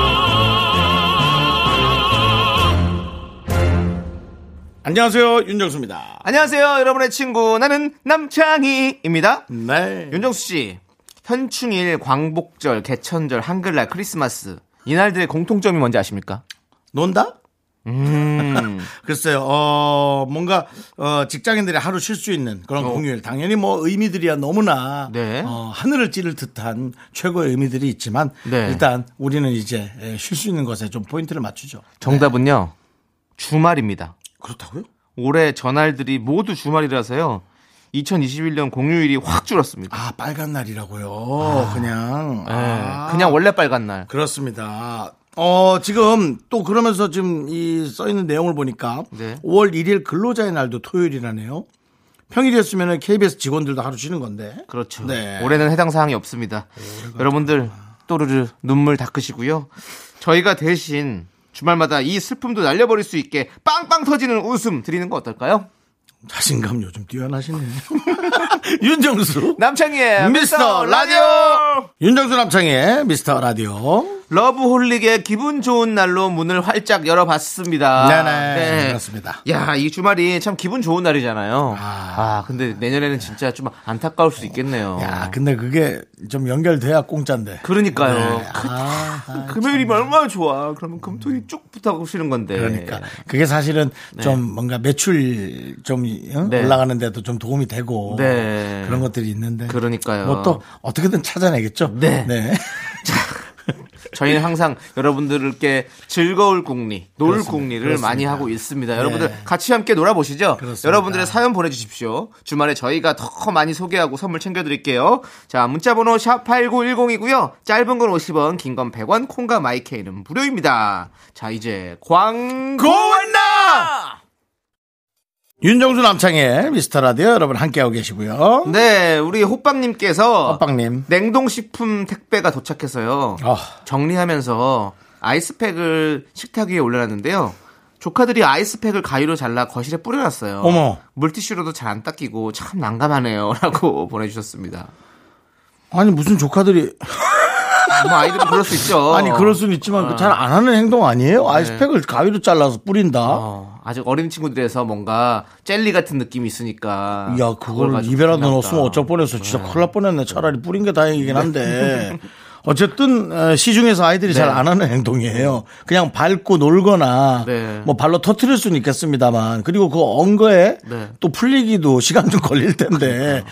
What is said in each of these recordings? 안녕하세요 윤정수입니다. 안녕하세요, 여러분의 친구. 나는 남창희입니다. 네. 윤정수 씨, 현충일, 광복절, 개천절, 한글날, 크리스마스. 이날들의 공통점이 뭔지 아십니까? 논다? 음, 글쎄요, 어, 뭔가, 어, 직장인들이 하루 쉴 수 있는 그런 공휴일. 당연히 뭐 의미들이야 너무나, 네. 어, 하늘을 찌를 듯한 최고의 의미들이 있지만, 네. 일단 우리는 이제 예, 쉴 수 있는 것에 좀 포인트를 맞추죠. 정답은요, 주말입니다. 그렇다고요? 올해 전날들이 모두 주말이라서요, 2021년 공휴일이 확 줄었습니다. 아, 빨간 날이라고요. 그냥. 아. 네, 그냥 원래 빨간 날. 그렇습니다. 어, 지금 또 그러면서 지금 이 써있는 내용을 보니까 네. 5월 1일 근로자의 날도 토요일이라네요. 평일이었으면 KBS 직원들도 하루 쉬는 건데. 그렇죠. 네. 올해는 해당 사항이 없습니다. 여러분들 아. 또르르 눈물 닦으시고요. 저희가 대신 주말마다 이 슬픔도 날려버릴 수 있게 빵빵 터지는 웃음 드리는 거 어떨까요? 자신감 요즘 뛰어나시네요. 윤정수. 남창희의 미스터 라디오. 윤정수 남창의 미스터 라디오. 러브홀릭의 기분 좋은 날로 문을 활짝 열어봤습니다. 네네. 그렇습니다. 야, 이 주말이 참 기분 좋은 날이잖아요. 아. 아, 근데 내년에는 진짜 좀 안타까울 수 있겠네요. 야, 근데 그게 좀 연결돼야 공짜인데. 어. 그러니까요. 그- 아, 아, 금요일이면 얼마나 좋아. 그러면 금토일 쭉 붙어오시는 건데. 그러니까 그게 사실은 좀 뭔가 매출 좀 응? 네. 올라가는데도 좀 도움이 되고 네. 그런 것들이 있는데 그러니까요. 뭐 또 어떻게든 찾아내겠죠. 네. 저희는 항상 여러분들께 즐거울 공리, 놀 그렇습니다. 공리를 그렇습니다. 네. 많이 하고 있습니다. 여러분들 같이 함께 놀아보시죠. 그렇습니다. 여러분들의 사연 보내주십시오. 주말에 저희가 더 많이 소개하고 선물 챙겨드릴게요. 자, 문자번호 샵8910이고요. 짧은 건 50원, 긴 건 100원, 콩과 마이케이는 무료입니다. 자, 이제 광고! 고원나 윤정수 남창의 미스터 라디오 여러분 함께하고 계시고요. 네, 우리 호빵님께서 호빵님. 냉동식품 택배가 도착해서요. 아. 정리하면서 아이스팩을 식탁 위에 올려놨는데요. 조카들이 아이스팩을 가위로 잘라 거실에 뿌려놨어요. 어머. 물티슈로도 잘 안 닦이고 참 난감하네요라고 보내주셨습니다. 아니 무슨 조카들이 뭐 아이들은 그럴 수 있죠. 아니 그럴 수는 있지만 어. 잘 안 하는 행동 아니에요? 아이스팩을 가위로 잘라서 뿌린다. 네. 어, 아직 어린 친구들에서 뭔가 젤리 같은 느낌이 있으니까. 야, 그걸 가지고 입에라도 줬나 넣었으면 보다. 어쩔 뻔했어. 진짜 큰일 날 뻔했네. 차라리 뿌린 게 다행이긴 한데. 어쨌든 어, 시중에서 아이들이 잘 안 하는 행동이에요. 그냥 밟고 놀거나 네. 뭐 발로 터트릴 수는 있겠습니다만 그리고 그 엉거에 네. 또 풀리기도 시간 좀 걸릴 텐데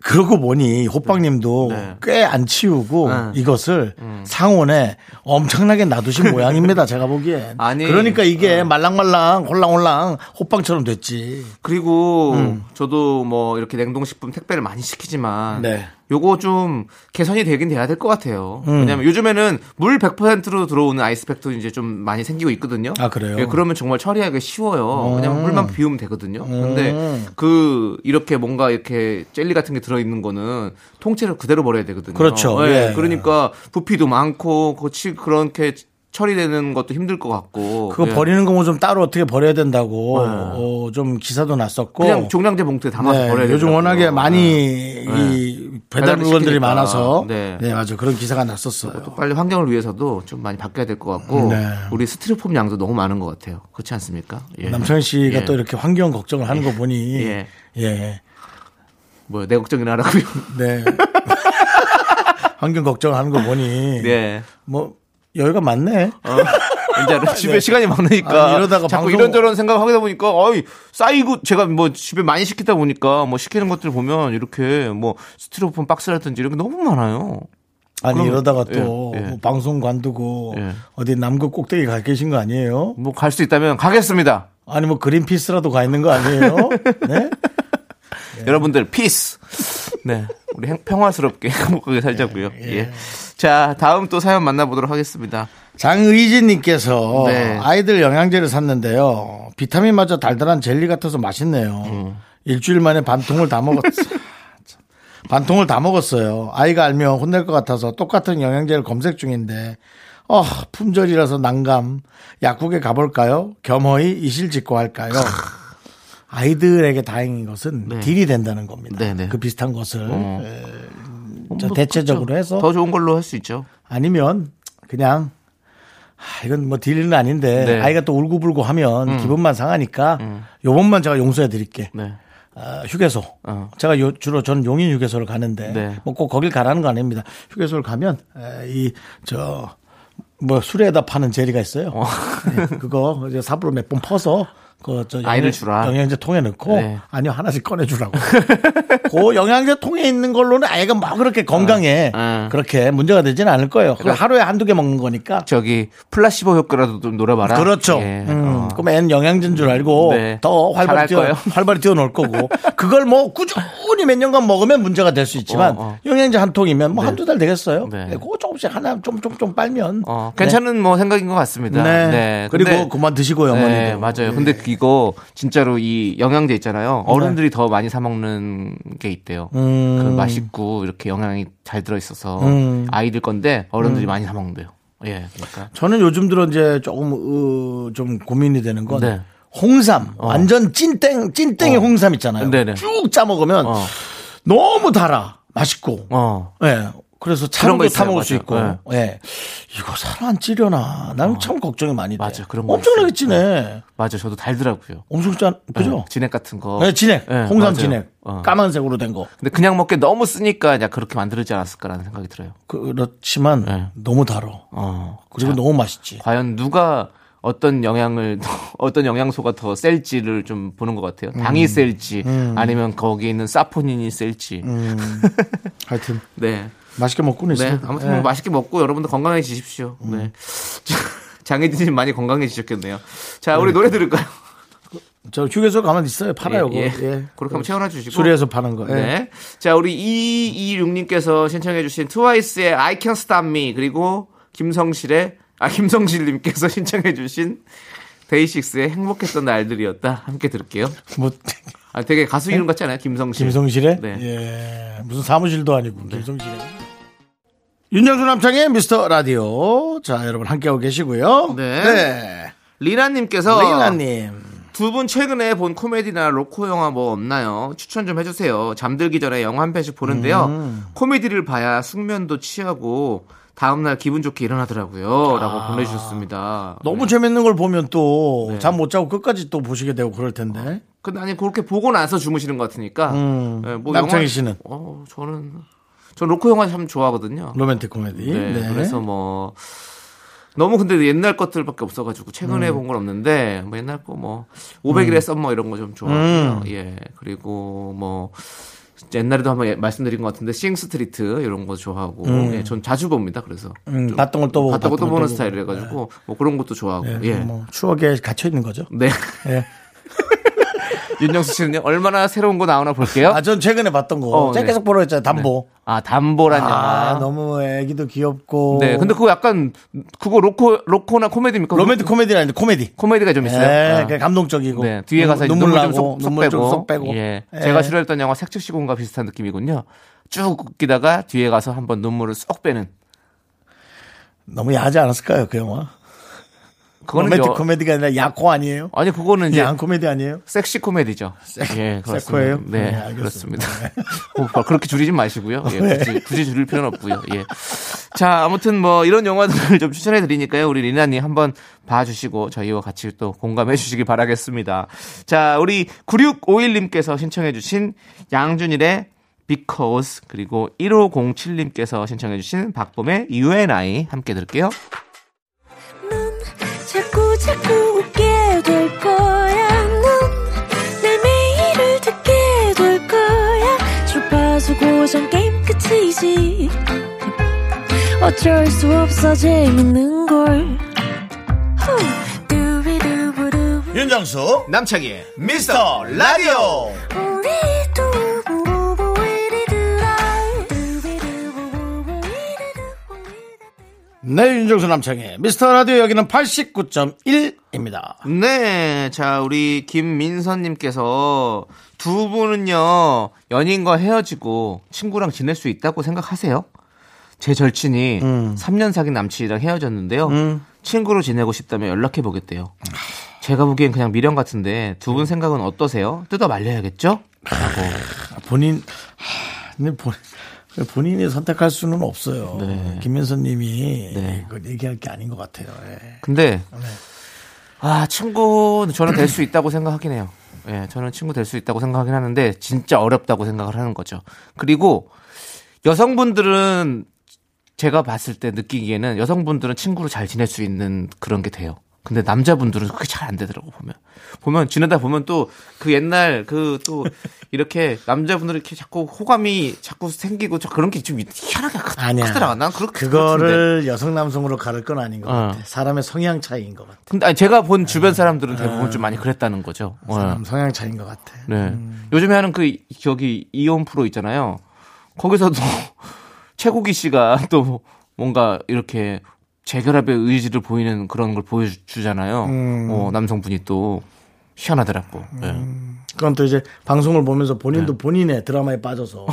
그러고 보니 음. 호빵님도 네. 꽤 안 치우고 이것을 상온에 엄청나게 놔두신 모양입니다. 제가 보기엔 아니, 어. 그러니까 이게 말랑말랑 홀랑홀랑 호빵처럼 됐지. 그리고 음. 저도 뭐 이렇게 냉동식품 택배를 많이 시키지만 네. 요거 좀 개선이 되긴 돼야 될 것 같아요. 음. 왜냐면 요즘에는 물 100%로 들어오는 아이스팩도 이제 좀 많이 생기고 있거든요. 아, 그래요? 음. 예, 그러면 정말 처리하기 쉬워요. 왜냐면 물만 비우면 되거든요. 근데 그 이렇게 뭔가 이렇게 젤리 같은 게 들어 있는 거는 통째로 그대로 버려야 되거든요. 그렇죠. 예, 예. 그러니까 부피도 많고 거치 그렇게 처리되는 것도 힘들 것 같고 그거 예. 버리는 거 뭐 좀 따로 어떻게 버려야 된다고 어, 좀 기사도 났었고 그냥 종량제 봉투에 담아서 네, 버려야 돼요. 요즘 워낙에 많이 이 배달 배달을 물건들이 시키니까. 많아서 네. 네. 맞아 그런 기사가 났었어요. 빨리 환경을 위해서도 좀 많이 바뀌어야 될 것 같고 네. 우리 스티로폼 양도 너무 많은 것 같아요. 그렇지 않습니까? 예. 남창희 씨가 예. 또 이렇게 환경 걱정을 하는 거 보니 예, 예. 뭐내 걱정이나 하라고요. 네 환경 걱정하는 거 보니 네. 뭐 여유가 많네. 어, 이제 알아요. 집에 시간이 많으니까 네. 아니, 이러다가 자꾸 방송- 이런저런 생각을 하다 보니까 어이 쌓이고 제가 뭐 집에 많이 시키다 보니까 뭐 시키는 것들 보면 이렇게 뭐 스티로폼 박스라든지 이런 게 너무 많아요. 아니 그럼- 이러다가 또 예, 예. 뭐 방송 관두고 예. 어디 남극 꼭대기 가 계신 거 아니에요? 뭐 갈 수 있다면 가겠습니다. 아니 뭐 그린피스라도 가 있는 거 아니에요? 네? 여러분들 피스. 네, 네. 예. 우리 행- 평화스럽게 행복하게 살자고요. 예. 자, 다음 또 사연 만나보도록 하겠습니다. 장의진님께서 네. 아이들 영양제를 샀는데요. 비타민마저 달달한 젤리 같아서 맛있네요. 일주일 만에 반통을 다 먹었어요. 반통을 다 먹었어요. 아이가 알면 혼낼 것 같아서 똑같은 영양제를 검색 중인데, 어, 품절이라서 난감. 약국에 가볼까요? 겸허히 이실직고 할까요? 아이들에게 다행인 것은 딜이 된다는 겁니다. 네, 네. 그 비슷한 것을 에, 저 뭐, 대체적으로 해서 더 좋은 걸로 할 수 있죠. 아니면 그냥 아, 이건 뭐 딜은 아닌데 네. 아이가 또 울고불고 하면 기분만 상하니까 요번만 제가 용서해 드릴게. 네. 어, 휴게소. 어. 제가 요- 주로 전 용인 휴게소를 가는데 네. 뭐 꼭 거길 가라는 거 아닙니다. 휴게소를 가면 이 저 뭐 술에다 파는 젤리가 있어요. 네, 그거 이제 삽으로 몇 번 퍼서 그저 아이를 주라. 영양제 통에 넣고 네. 아니요 하나씩 꺼내 주라고. 그 영양제 통에 있는 걸로는 아이가 막 그렇게 건강에 어, 어. 그렇게 문제가 되지는 않을 거예요. 그거 하루에 한두 개 먹는 거니까. 저기 플라시보 효과라도 좀 놀아봐라. 그렇죠. 예. 음, 어. 그럼 애는 영양제인 줄 알고 네. 더 활발히 잘할 뛰어, 거예요. 활발히 뛰어놀 거고 그걸 뭐 꾸준히 몇 년간 먹으면 문제가 될 수 있지만 어, 어. 영양제 한 통이면 뭐 한두 달 되겠어요. 네. 네, 그거 조금씩 하나 좀 좀 좀 빨면 어, 괜찮은 뭐 생각인 것 같습니다. 네. 네. 그리고 근데- 그만 드시고요, 어머니도. 네, 맞아요. 근데 이거 진짜로 이 영양제 있잖아요. 어른들이 더 많이 사 먹는 게 있대요. 네. 음. 그 맛있고 이렇게 영양이 잘 들어 있어서 음. 아이들 건데 어른들이 많이 사 먹는데요. 예, 그러니까 저는 요즘 들어 이제 조금 으, 좀 고민이 되는 건 네. 홍삼 완전 찐땡 찐땡의 어. 홍삼 있잖아요. 네네. 쭉 짜 먹으면 어. 너무 달아 맛있고 어. 예. 그래서 그런 거 차로도 있어요. 타 먹을 수 맞아요. 어. 있고. 예. 이거 살 안 찌려나. 나는 참 걱정이 많이 돼. 맞아. 그런 거 엄청나게 있어요. 찌네. 맞아. 요 저도 달더라고요. 엄청 짠. 그죠? 네, 진액 같은 거. 네, 진액. 예, 홍삼 맞아요. 진액. 어. 까만색으로 된 거. 근데 그냥 먹기 너무 쓰니까 그냥 그렇게 만들지 않았을까라는 생각이 들어요. 그렇지만 네. 너무 달아. 어. 그리고 너무 맛있지. 과연 누가 어떤 영양을 어떤 영양소가 더 셀지를 좀 보는 것 같아요. 당이 셀지 아니면 거기에 있는 사포닌이 셀지. 하여튼 네. 맛있게 먹고는 네. 있어요. 아무튼 뭐 맛있게 먹고 여러분들 건강해지십시오. 네. 장혜진님 많이 건강해지셨겠네요. 자, 우리 노래 들을까요? 저 휴게소 가만 있어요. 팔아요. 예, 그거. 예. 예. 그렇게 한번 채워놔 주시고. 수리해서 파는 거. 예. 네. 자, 우리 226님께서 신청해주신 트와이스의 I Can Stop Me 그리고 김성실의 아 김성실님께서 신청해주신 데이식스의 행복했던 날들이었다 함께 들을게요. 뭐 아, 되게 가수 이름 같지 않아요? 김성실. 김성실에 네. 예. 무슨 사무실도 아니고 김성실에. 윤정수 남창의 미스터 라디오. 자, 여러분 함께하고 계시고요. 네. 어. 네. 리나님께서 레이나님. 두 분 최근에 본 코미디나 로코 영화 뭐 없나요? 추천 좀 해주세요. 잠들기 전에 영화 한 편씩 보는데요. 코미디를 봐야 숙면도 취하고 다음날 기분 좋게 일어나더라고요. 라고 보내주셨습니다. 너무 네. 재밌는 걸 보면 또 잠 못 자고 끝까지 또 보시게 되고 그럴 텐데. 근데 아니 그렇게 보고 나서 주무시는 것 같으니까. 음. 네, 남창희 씨는? 어, 저는 전 로코 영화 참 좋아하거든요. 로맨틱 코미디. 네, 네. 그래서 뭐 너무 근데 옛날 것들밖에 없어가지고 음. 최근에 본 건 없는데 뭐 옛날 거 뭐 500일의 썸머 이런 거 좀 음. 좋아하고요. 예 그리고 뭐 옛날에도 한번 예- 말씀드린 것 같은데 싱 스트리트 이런 거 좋아하고 예, 전 자주 봅니다. 그래서 음, 봤던 걸또 보고. 봤다고 또 음. 봤던 걸 보는 보고. 스타일이라 가지고 뭐 그런 것도 좋아하고 네, 예. 뭐 추억에 갇혀 있는 거죠. 네. 예. 윤정수 씨는요 얼마나 새로운 거 나오나 볼게요. 아, 전 최근에 봤던 거. 어, 제가 네. 계속 보러 했잖아요. 담보. 아 담보란 아, 영화. 너무 애기도 귀엽고. 네, 근데 그 그거 약간 그거 로코 로코나 코미디입니까? 로맨틱 코미디는 아닌데 코미디. 코미디가 좀 있어요. 예, 아. 그냥 감동적이고. 네, 뒤에 가서 이제 눈물 눈물, 나고 좀쏙 눈물 빼고, 좀 쏙 빼고. 예. 예. 제가 싫어했던 영화 색즉시공과 비슷한 느낌이군요. 쭉 웃기다가 뒤에 가서 한번 눈물을 쏙 빼는. 너무 야하지 않았을까요, 그 영화? 그거는 로맨틱 여- 예. 코미디가 아니라 야코 아니에요? 아니 그거는 이제 야한 코미디 아니에요? 섹시 코미디죠. 예, 그렇습니다. 세코예요? 네, 네, 알겠습니다. 그렇습니다. 그- 그렇게 줄이지 마시고요. 예, 굳이, 굳이 줄일 필요는 없고요. 예. 자, 아무튼 뭐 이런 영화들을 좀 추천해 드리니까요. 우리 리나님 한번 봐주시고 저희와 같이 또 공감해 주시기 바라겠습니다. 자, 우리 9651님께서 신청해 주신 양준일의 Because 그리고 1507님께서 신청해 주신 박범의 UNI 함께 들을게요. 자꾸 자꾸 웃게 될 거야. 넌내 매일을 듣게 될 거야. 주파수 고정 게임 끝이지. 어쩔 수 없어 재밌는 걸. 후. 두비두부두. 윤정수 남창희의 미스터 라디오 우리 두부부부 우리 두라. 두비두부부부 우리 두부부부 우리 두부부. 네, 윤정수 남창의 미스터 라디오 여기는 89.1입니다. 네, 자 우리 김민선님께서 두 분은요 연인과 헤어지고 친구랑 지낼 수 있다고 생각하세요? 제 절친이 3년 사귄 남친이랑 헤어졌는데요. 친구로 지내고 싶다며 연락해 보겠대요. 제가 보기엔 그냥 미련 같은데 두 분 생각은 어떠세요? 뜯어 말려야겠죠? 본인, 하, 근데 본, 본인이 선택할 수는 없어요. 김민선 님이 네. 그걸 얘기할 게 아닌 것 같아요. 예. 근데 아 친구 저는 될 수 있다고 생각하긴 해요. 예, 저는 친구 될 수 있다고 생각하긴 하는데 진짜 어렵다고 생각을 하는 거죠. 그리고 여성분들은 제가 봤을 때 느끼기에는 여성분들은 친구로 잘 지낼 수 있는 그런 게 돼요. 근데 남자분들은 그게 잘 안 되더라고 보면 보면 지내다 보면 또 그 옛날 그 또 이렇게 남자분들이 이렇게 자꾸 호감이 자꾸 생기고 저 그런 게 좀 희한하게 크, 아니야. 크더라고 난 그렇 같은데. 그거를 여성 남성으로 가를 건 아닌 것 어. 같아. 사람의 성향 차이인 것 같아. 근데 아니, 제가 네. 본 주변 사람들은 대부분 좀 많이 그랬다는 거죠. 어. 사람 성향 차이인 것 같아. 네. 음. 요즘에 하는 그 이- 저기 이온 프로 있잖아요. 거기서도 최고기 씨가 또 뭔가 이렇게 재결합의 의지를 보이는 그런 걸 보여주잖아요. 음. 어, 남성분이 또 희한하더라고. 네. 그건 또 이제 방송을 보면서 본인도 본인의 드라마에 빠져서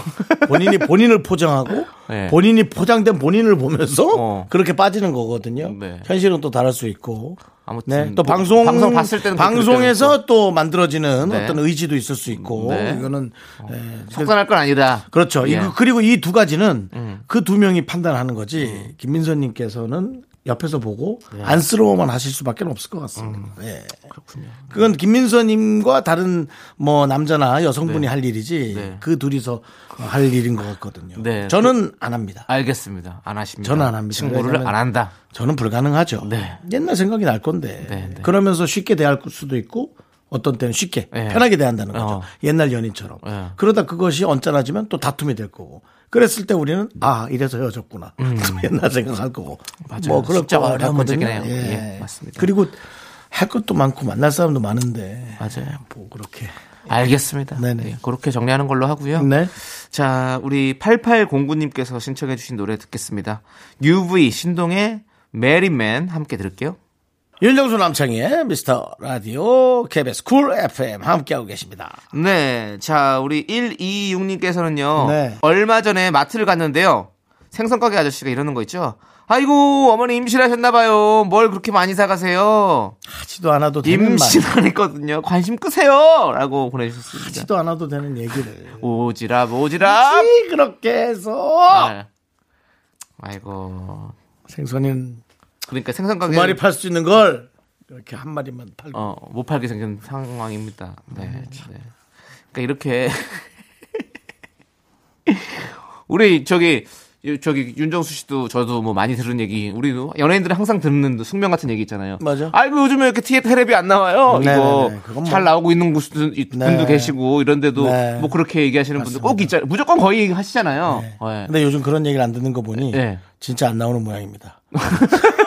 본인이 본인을 포장하고 네. 본인이 포장된 본인을 보면서 어. 그렇게 빠지는 거거든요. 네. 현실은 또 다를 수 있고. 아무튼 네, 또 뭐 방송 방송 봤을 때는 그럴 방송에서 또 만들어지는 네. 어떤 의지도 있을 수 있고 네. 이거는 예, 속단할 건 아니다. 그렇죠. 예. 음. 이거 그리고 이 두 가지는 그 두 명이 판단하는 거지. 김민선님께서는 옆에서 보고 안쓰러워만 하실 수밖에 없을 것 같습니다. 예. 예. 음. 그렇군요. 그건 김민서님과 다른 뭐 남자나 여성분이 할 일이지 네. 그 둘이서 할 일인 것 같거든요. 네. 저는 안 합니다. 알겠습니다. 안 하십니다. 저는 안 합니다. 친구를 왜냐면- 안 한다. 저는 불가능하죠. 네. 옛날 생각이 날 건데 네, 네. 그러면서 쉽게 대할 수도 있고 어떤 때는 쉽게 네. 편하게 대한다는 거죠. 어. 옛날 연인처럼. 네. 그러다 그것이 언짢아지면 또 다툼이 될 거고. 그랬을 때 우리는 아 이래서 헤어졌구나. 옛날 생각할 거고. 음. 맞아요. 뭐 그럴 숫자가 거 어렵거든요. 어렵거든요. 예, 맞습니다. 그리고 할 것도 많고 만날 사람도 많은데 맞아요. 뭐 그렇게 알겠습니다. 네네. 예, 그렇게 정리하는 걸로 하고요. 네. 자, 우리 8809님께서 신청해주신 노래 듣겠습니다. UV 신동의 메리맨 함께 들을게요. 윤정수 남창희의 미스터 라디오 KBS 쿨 FM 함께하고 계십니다. 네. 자, 우리 126님께서는요. 네. 얼마 전에 마트를 갔는데요. 생선가게 아저씨가 이러는 거 있죠? 아이고, 어머니 임신하셨나봐요. 뭘 그렇게 많이 사가세요? 하지도 않아도 되는 말, 임신 안 했거든요. 관심 끄세요! 라고 보내주셨습니다. 하지도 않아도 되는 얘기를 오지랖, 오지랖! 이 그렇게 해서 아! 네. 아이고. 생선인 그러니까 두 생선가게. 마리 팔 수 있는 걸 이렇게 한 마리만 팔고 어, 못 팔게 생긴 상황입니다. 아, 네. 네. 그러니까 이렇게 우리 저기 유- 저기 윤정수 씨도 저도 뭐 많이 들은 얘기 우리도 뭐 연예인들이 항상 듣는 숙명 같은 얘기 있잖아요. 맞아. 아이고 요즘에 이렇게 티에 테레비 안 나와요. 네네네. 이거 그건 뭐. 잘 나오고 있는 곳- 이- 네. 분도 계시고 이런데도 네. 뭐 그렇게 얘기하시는 분들 꼭 있잖아요. 무조건 거의 하시잖아요. 네. 네. 근데 요즘 그런 얘기를 안 듣는 거 보니 네. 진짜 안 나오는 모양입니다.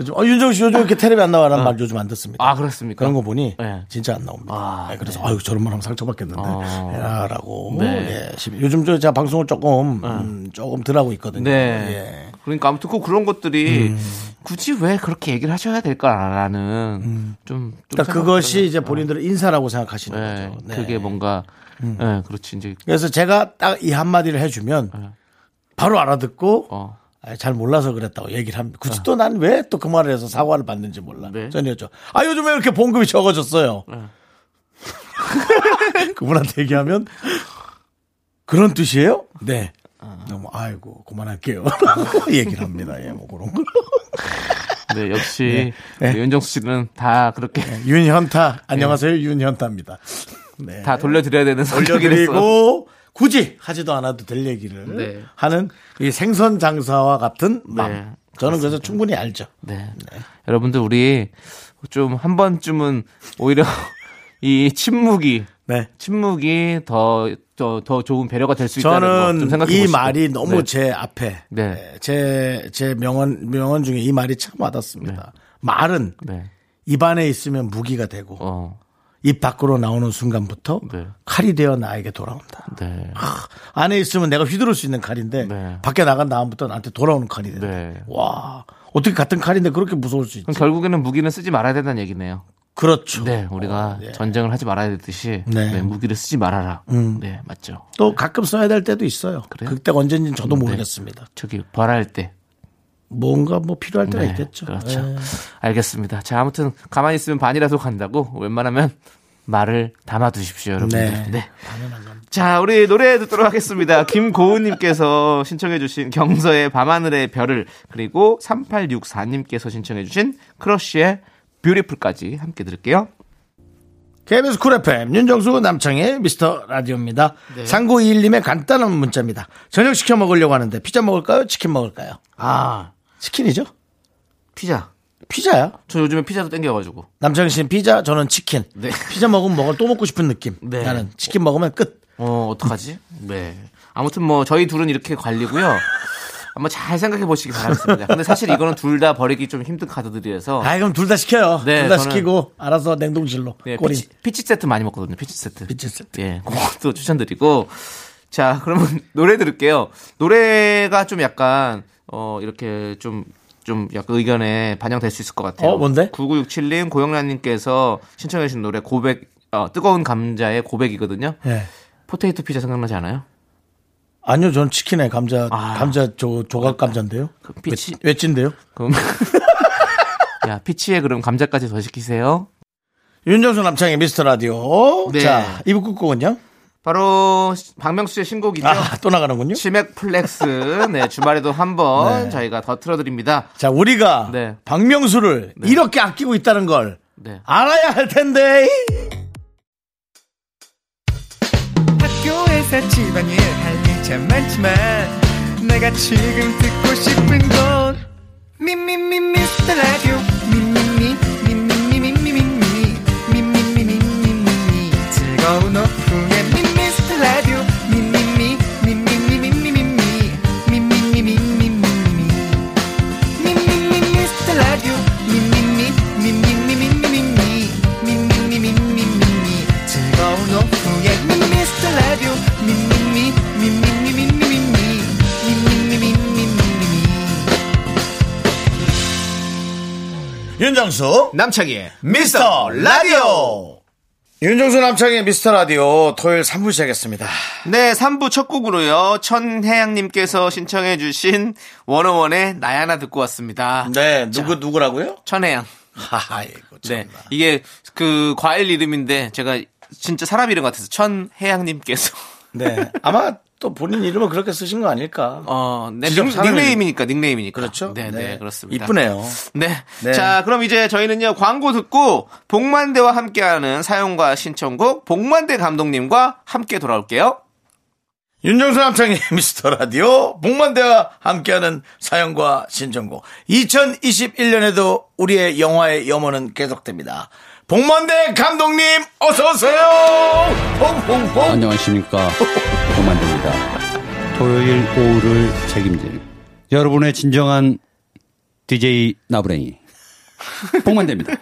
요즘 어, 윤정 씨 요즘 이렇게 테레비 안 나와라는 말 요즘 안 듣습니다. 아 그렇습니까? 그런 거 보니 네. 진짜 안 나옵니다. 아, 네, 그래서 아유 저런 말 하면 상처받겠는데 어. 라고 네. 예, 심- 요즘 저 제가 방송을 조금 음, 조금 덜 하고 있거든요. 네. 예. 음. 그러니까 아무튼 꼭 그런 것들이 굳이 왜 그렇게 얘기를 하셔야 될까라는 좀, 좀 그러니까 생각- 그것이 이제 본인들은 인사라고 생각하시는 네, 거죠. 네. 음. 그게 뭔가 네, 그렇지 이제 그래서 제가 딱 이 한마디를 해주면 바로 알아듣고 네. 어. 아, 잘 몰라서 그랬다고 얘기를 합니다. 굳이 또 난 왜 또 그 말을 해서 사과를 받는지 몰라. 네. 전혀죠. 아 요즘에 이렇게 봉급이 적어졌어요. 그분한테 얘기하면 그런 뜻이에요? 네. 너무 아이고 그만할게요. 얘기를 합니다. 예, 뭐 그런 거. 네, 역시 우리 윤정수 씨는 다 그렇게 네. 윤현타 안녕하세요 윤현타입니다. 네. 다 돌려드려야 되는 성격이라서 올려드리고 굳이 하지도 않아도 될 얘기를 네. 하는 이 생선 장사와 같은 맘. 네, 저는 그래서 충분히 알죠. 네. 여러분들 우리 좀 한 번쯤은 오히려 이 침묵이 네. 침묵이 더 더, 더 좋은 배려가 될 수 있다는 거좀 저는 생각해 이 보시고. 말이 너무 네. 제 앞에 네. 제, 제 명언 명언 중에 이 말이 참 와닿습니다. 말은 네. 입안에 있으면 무기가 되고 어. 입 밖으로 나오는 순간부터 네. 칼이 되어 나에게 돌아온다. 네. 안에 있으면 내가 휘두를 수 있는 칼인데 네. 밖에 나간 다음부터 나한테 돌아오는 칼이 된다. 네. 와 어떻게 같은 칼인데 그렇게 무서울 수 있지? 그럼 결국에는 무기는 쓰지 말아야 된다는 얘기네요. 그렇죠. 네, 우리가 어, 예. 전쟁을 하지 말아야 되듯이 네. 음. 네, 무기를 쓰지 말아라. 네, 맞죠. 또 가끔 써야 될 때도 있어요. 그래요? 그때 언제인지 저도 네. 모르겠습니다. 저기 벌할 때. 뭔가 뭐 필요할 때가 네, 있겠죠. 그렇죠. 예. 알겠습니다. 자, 아무튼 가만히 있으면 반이라도 간다고 웬만하면 말을 담아두십시오, 여러분들. 네. 네. 자, 우리 노래 듣도록 하겠습니다. 김고은님께서 신청해주신 경서의 밤하늘의 별을 그리고 3864님께서 신청해주신 크러쉬의 뷰티풀까지 함께 들을게요. KBS 쿨 FM 윤정수 남창의 미스터 라디오입니다. 네. 3921님의 간단한 문자입니다. 저녁 시켜 먹으려고 하는데 피자 먹을까요? 치킨 먹을까요? 아, 치킨이죠? 피자. 피자야. 저 요즘에 피자도 땡겨가지고. 남창희 씨는 피자, 저는 치킨. 네. 피자 먹으면 먹을 또 먹고 싶은 느낌. 네. 나는 치킨 먹으면 끝. 어, 어떡하지? 네. 아무튼 뭐 저희 둘은 이렇게 관리고요. 한번 잘 생각해 보시기 바라겠습니다. 근데 사실 이거는 둘 다 버리기 좀 힘든 카드들이라서 아, 그럼 둘 다 시켜요. 네, 둘 다 저는- 시키고 알아서 냉동실로 네, 꼬리. 피치, 피치 세트 많이 먹거든요. 피치 세트. 피치 세트. 예, 그것도 추천드리고. 자, 그러면 노래 들을게요. 노래가 좀 약간 어 이렇게 좀 좀 약간 의견에 반영될 수 있을 것 같아요. 어, 뭔데? 9967님 고영란님께서 신청해 주신 노래 고백 어, 뜨거운 감자의 고백이거든요. 예. 포테이토 피자 생각나지 않아요? 아니요, 저는 치킨에 감자, 아. 감자 조, 조각 감자인데요. 그 피치- 외, 외친데요. 그럼 야 피치에 그럼 감자까지 더 시키세요. 윤정수 남창의 미스터 라디오. 네. 자, 2부 끝곡은요? 바로 박명수 씨의 신곡이죠. 아, 또 나가는군요. 치맥 플렉스. 네 주말에도 한번 네. 저희가 더 틀어드립니다. 자, 우리가 네. 박명수를 이렇게 아끼고 있다는 걸 네. 알아야 할 텐데. 학교에서 집안일 할 일 참 많지만 내가 지금 듣고 싶은 건 미미미 미스터 라디오 미미미 미미미 미미미 미미미 미미미 미미미 즐거운 오후에 미스터 라디오 미미미 미미미 미미미 미미미 미미미 미미미 윤정수 남창희의 미스터 라디오. 윤정수 남창의 미스터 라디오 토요일 3부 시작했습니다. 네, 3부 첫 곡으로요. 천혜양님께서 신청해주신 원어원의 나야나 듣고 왔습니다. 네, 누구 누구라고요? 천혜양. 아이고 네. 참나. 이게 그 과일 이름인데 제가 진짜 사람 이름 같아서 천혜양님께서. 네. 아마 또 본인 이름을 그렇게 쓰신 거 아닐까? 어, 네. 직접 닉, 사람 이름. 네임이니까 닉네임이니까. 그렇죠? 네, 네, 그렇습니다. 이쁘네요. 네. 네. 자, 그럼 이제 저희는요, 광고 듣고, 복만대와 함께하는 사연과 신청곡, 복만대 감독님과 함께 돌아올게요. 윤정수 남창의 미스터 라디오 복만대와 함께하는 사연과 신청곡 2021년에도 우리의 영화의 염원은 계속됩니다. 복만대 감독님 어서 오세요. 홍홍홍. 안녕하십니까 고만두입니다 토요일 오후를 책임질 여러분의 진정한 DJ 나부랭이 복만대입니다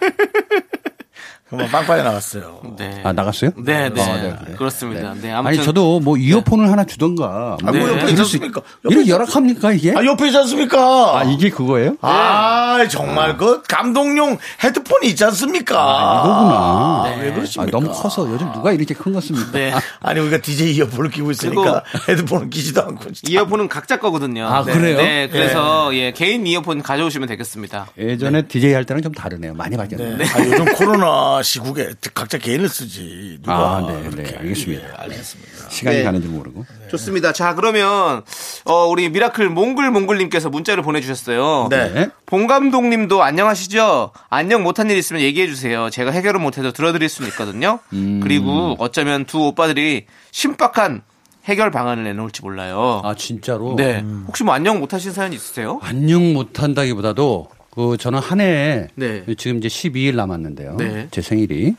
그만 빵빠이 나왔어요. 네. 아 나갔어요? 네, 네. 아, 네, 그래요. 그렇습니다. 네. 아무튼. 아니 저도 뭐 이어폰을 하나 주던가 아, 뭐 뭐 네. 옆에 있지 이럴 수 않습니까? 옆에 이런 있- 열악합니까 이게? 아 옆에 있지 않습니까? 아 이게 그거예요? 아, 정말 그 감독용 헤드폰이 있지 않습니까? 아, 이거구나. 아, 왜 아, 그러십니까? 너무 커서 요즘 누가 이렇게 큰 거 씁니까? 네. 아니 우리가 DJ 이어폰을 끼고 있으니까 헤드폰을 끼지도 않고 진짜. 이어폰은 각자 거거든요. 아, 네. 그래요? 네, 그래서 예, 개인 이어폰 가져오시면 되겠습니다. 예전에 DJ 할 때랑 좀 다르네요. 많이 바뀌었네요. 아, 요즘 코로나 시국에 각자 개인을 쓰지. 누가 아, 네, 그렇게. 네, 알겠습니다. 예, 알겠습니다. 시간이 네. 가는지 모르고. 좋습니다. 자, 그러면 어, 우리 미라클 몽글몽글님께서 문자를 보내주셨어요. 네. 네. 봉 감독님도 안녕하시죠? 안녕 못한 일 있으면 얘기해 주세요. 제가 해결을 못해서 들어드릴 수는 있거든요. 그리고 어쩌면 두 오빠들이 신박한 해결 방안을 내놓을지 몰라요. 아, 진짜로? 네. 혹시 뭐 안녕 못하신 사연 있으세요? 안녕 못한다기보다도 그 저는 한 해에 네. 지금 이제 12일 남았는데요. 네. 제 생일이.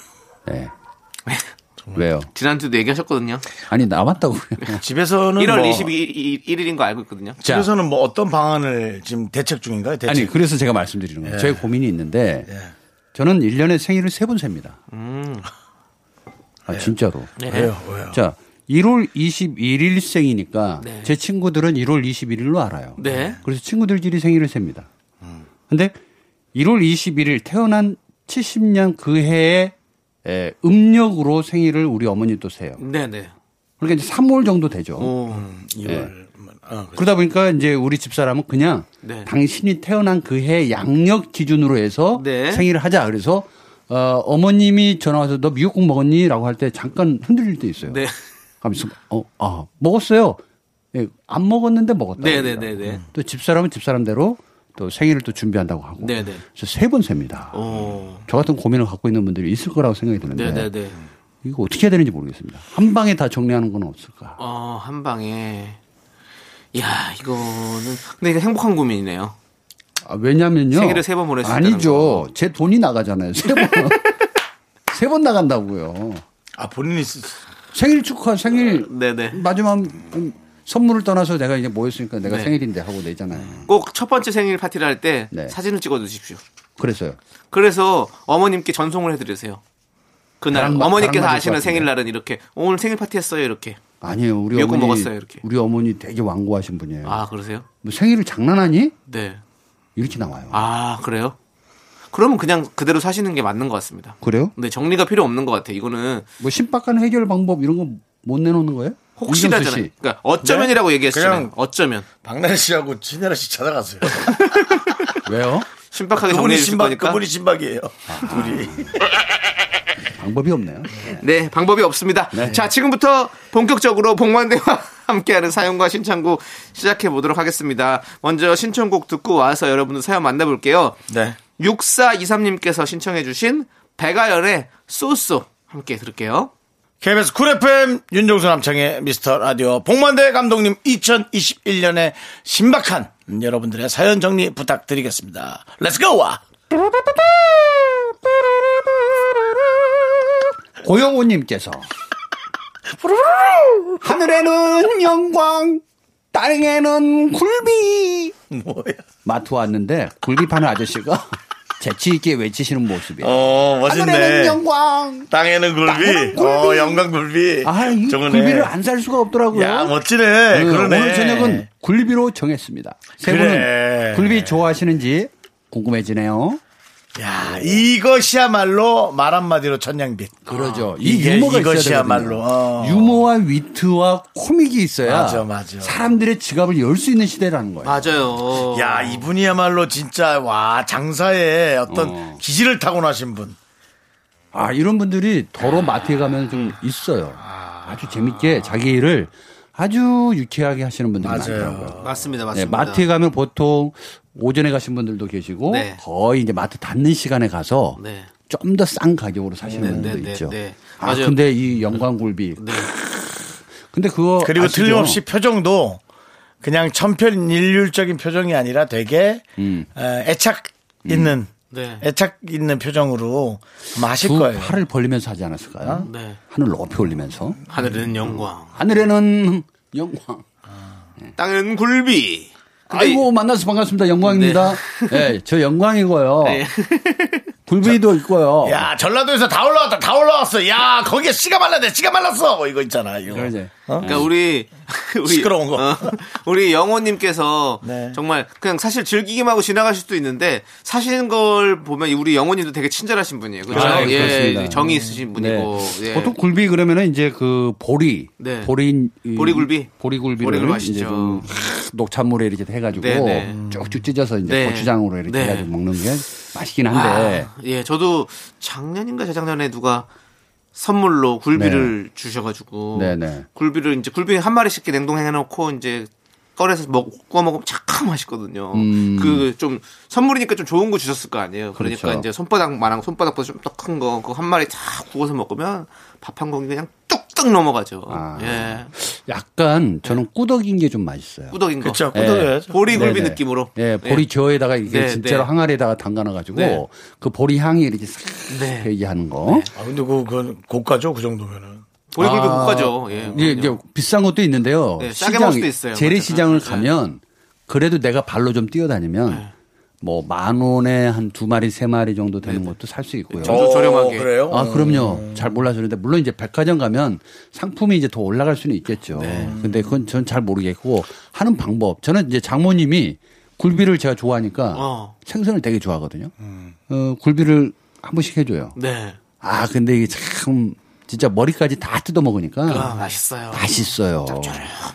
네. 왜요? 지난주도 얘기하셨거든요. 아니 네. 남았다고요. 집에서는 1월 뭐, 21일인 거 알고 있거든요. 집에서는 뭐 어떤 방안을 지금 대책 중인가요? 대책. 네. 아니 그래서 제가 말씀드리는 거예요. 저의 고민이 있는데 저는 1년에 생일을 세 번 셉니다. 음. 아, 진짜로. 네. 예. 왜요? 왜요? 자, 1월 21일 생이니까 제 친구들은 1월 21일로 알아요. 네. 음. 그래서 친구들끼리 생일을 셉니다. 근데 1월 21일 태어난 70년 그 해에 에, 음력으로 생일을 우리 어머니도 세요. 네네. 그러니까 이제 3월 정도 되죠. 어, 이월. 어, 그래. 그러다 보니까 이제 우리 집사람은 그냥 그렇죠. 네. 당신이 태어난 그 해 양력 기준으로 해서 네. 생일을 하자. 그래서 어, 어머님이 전화 와서 너 미역국 먹었니? 라고 할 때 잠깐 흔들릴 때 있어요. 네. 가면서 어, 아, 먹었어요. 예, 안 먹었는데 먹었다. 네, 네, 네, 네. 또 집사람은 집사람대로 또 생일을 또 준비한다고 하고. 네, 네. 그래서 세 번 셉니다. 어. 저 같은 고민을 갖고 있는 분들이 있을 거라고 생각이 드는데 네네네. 이거 어떻게 해야 되는지 모르겠습니다. 한 방에 다 정리하는 건 없을까? 어, 한 방에. 야, 이거는. 근데 이거 행복한 고민이네요. 아, 왜냐면요. 생일을 세번 보낼 수 있다는 아니죠. 제 돈이 나가잖아요. 세 번. 세 번 나간다고요. 아 본인이 쓰- 생일 축하, 생일. 네네. 마지막 음, 선물을 떠나서 내가 이제 뭐였으니까 내가 네. 음. 생일인데 하고 내잖아요. 꼭 첫 번째 생일 파티를 할 때 네. 사진을 찍어 두십시오. 그래서요. 그래서 어머님께 전송을 해드리세요. 그날 다른 마- 어머니께서 다른 맛일 것 아시는 같은데. 생일날은 이렇게 오늘 생일 파티 했어요 이렇게. 아니에요. 우리 미역국 어머니. 먹었어요, 이렇게. 우리 어머니 되게 완고하신 분이에요. 아 그러세요? 뭐 생일을 장난하니? 네. 이렇게 나와요. 아 그래요? 그러면 그냥 그대로 사시는 게 맞는 것 같습니다. 그래요? 근데 정리가 필요 없는 것 같아. 요 이거는 뭐 신박한 해결 방법 이런 거 못 내놓는 거예요? 이정수 혹시라잖아요. 씨. 네? 그러니까 어쩌면이라고 얘기했잖아요. 그냥- 어쩌면 박나래 씨하고 진혜라 씨 찾아가세요. 왜요? 신박하게 정리해 그분이 주실 신박, 거니까. 그분이 신박이에요. 우리. 방법이 없네요. 예. 네, 방법이 없습니다. 자, 지금부터 본격적으로 복만대와 함께하는 사연과 신청곡 시작해 보도록 하겠습니다. 먼저 신청곡 듣고 와서 여러분들 사연 만나볼게요. 네. 6423님께서 신청해 주신 백아연의 쏘쏘 함께 들을게요. KBS 쿨 FM 윤종수 남창의 미스터 라디오 복만대 감독님 2021년에 신박한 여러분들의 사연 정리 부탁드리겠습니다. 렛츠 고와 고영호님께서 하늘에는 영광, 땅에는 굴비 뭐야? 마트 왔는데 굴비 파는 아저씨가 재치 있게 외치시는 모습이에요. 어 하늘에는 멋있네. 아, 영광. 땅에는 굴비. 땅에는 굴비. 어 영광 굴비. 아, 이 저거네. 굴비를 안 살 수가 없더라고요. 야뭐 멋지네. 네, 그러네. 오늘 저녁은 굴비로 정했습니다. 세 분은 그래. 굴비 좋아하시는지 궁금해지네요. 야 이것이야말로 말 한마디로 천냥빛. 그러죠. 어, 이 이게 유머가 있어야 이것이야말로. 되거든요. 어. 유머와 위트와 코믹이 있어야 맞아, 맞아. 사람들의 지갑을 열 수 있는 시대라는 거예요. 맞아요. 야 이분이야말로 진짜 와 장사에 어떤 어. 기질을 타고나신 분. 아 이런 분들이 더러 마트에 가면 좀 있어요. 아주 재밌게 자기 일을 아주 유쾌하게 하시는 분들이 많더라고요. 맞습니다. 네, 맞습니다. 마트에 가면 보통 오전에 가신 분들도 계시고 네. 거의 이제 마트 닫는 시간에 가서 네. 좀 더 싼 가격으로 사시는 네, 분들도 네, 네, 있죠. 네. 아 맞아요. 근데 이 영광굴비. 네. 근데 그거 그리고 아시죠? 틀림없이 표정도 그냥 천편일률적인 표정이 아니라 되게 에, 애착 있는 네. 애착 있는 표정으로 아마 하실 두 거예요. 팔을 벌리면서 하지 않았을까요? 네. 하늘 높이 올리면서 하늘에는 영광, 하늘에는 영광. 땅에는 굴비. 근데 아이고 만나서 반갑습니다. 영광입니다. 예, 저 영광이고요. 네. 굴비도 있고요. 야 전라도에서 다 올라왔다 다 올라왔어. 야 거기에 씨가 말랐네 씨가 말랐어. 뭐 이거 있잖아 이거. 이걸 이제 그러니까 우리 우리 시끄러운 거. 어, 우리 영호님께서 네. 정말 그냥 사실 즐기기만 하고 지나가실 수도 있는데 사시는 걸 보면 우리 영호님도 되게 친절하신 분이에요. 그렇죠? 아, 예, 예, 그렇습니다. 정이 있으신 분이고 네. 예. 보통 굴비 그러면은 이제 그 보리, 네. 보리, 이- 보리굴비? 보리굴비를 보리굴비 이제 맛있죠. 좀 녹차물에 이렇게 해가지고 네, 네. 쭉쭉 찢어서 이제 네. 고추장으로 이렇게 네. 해가지고 먹는 게 맛있긴 한데 아, 예, 저도 작년인가 재작년에 누가 선물로 굴비를 주셔가지고 네, 네. 굴비를 이제 굴비 한 마리씩 이렇게 냉동해놓고 이제 꺼내서 먹, 구워 먹으면 착하 맛있거든요. 그 좀 선물이니까 좀 좋은 거 주셨을 거 아니에요. 그러니까 음. 그렇죠. 이제 손바닥만한 손바닥보다 좀 더 큰 거 그 한 마리 다 구워서 먹으면 밥 한 공기 그냥 뚝뚝 넘어가죠. 아. 예, 약간 네. 저는 꾸덕인 게 좀 맛있어요. 꾸덕인 거. 그렇죠. 예. 꾸덕여야죠. 보리 굴비 네네. 느낌으로. 예, 보리 저에다가 이게 네, 진짜로 네. 항아리에다가 담가놔가지고 네. 그 보리 향이 이렇게 싹 네. 배기하는 거. 아 근데 그거 그건 고가죠 그 정도면은. 보리 굴비 아, 못 가죠. 예, 예, 이제 비싼 것도 있는데요. 네, 싸게 먹을 수도 있어요. 재래시장을 맞아요. 가면 그래도 내가 발로 좀 뛰어다니면 뭐 만 원에 한 두 마리 세 마리 정도 되는 것도 살 수 있고요. 어, 저- 좀 저렴하게. 그래요? 아, 그럼요. 잘 몰라주는데 물론 이제 백화점 가면 상품이 이제 더 올라갈 수는 있겠죠. 근데 그건 전 잘 모르겠고 하는 방법. 저는 이제 장모님이 굴비를 제가 좋아하니까 어. 생선을 되게 좋아하거든요. 어, 굴비를 한 번씩 해줘요. 네. 아, 근데 이게 참 진짜 머리까지 다 뜯어 아, 먹으니까 맛있어요. 맛있어요.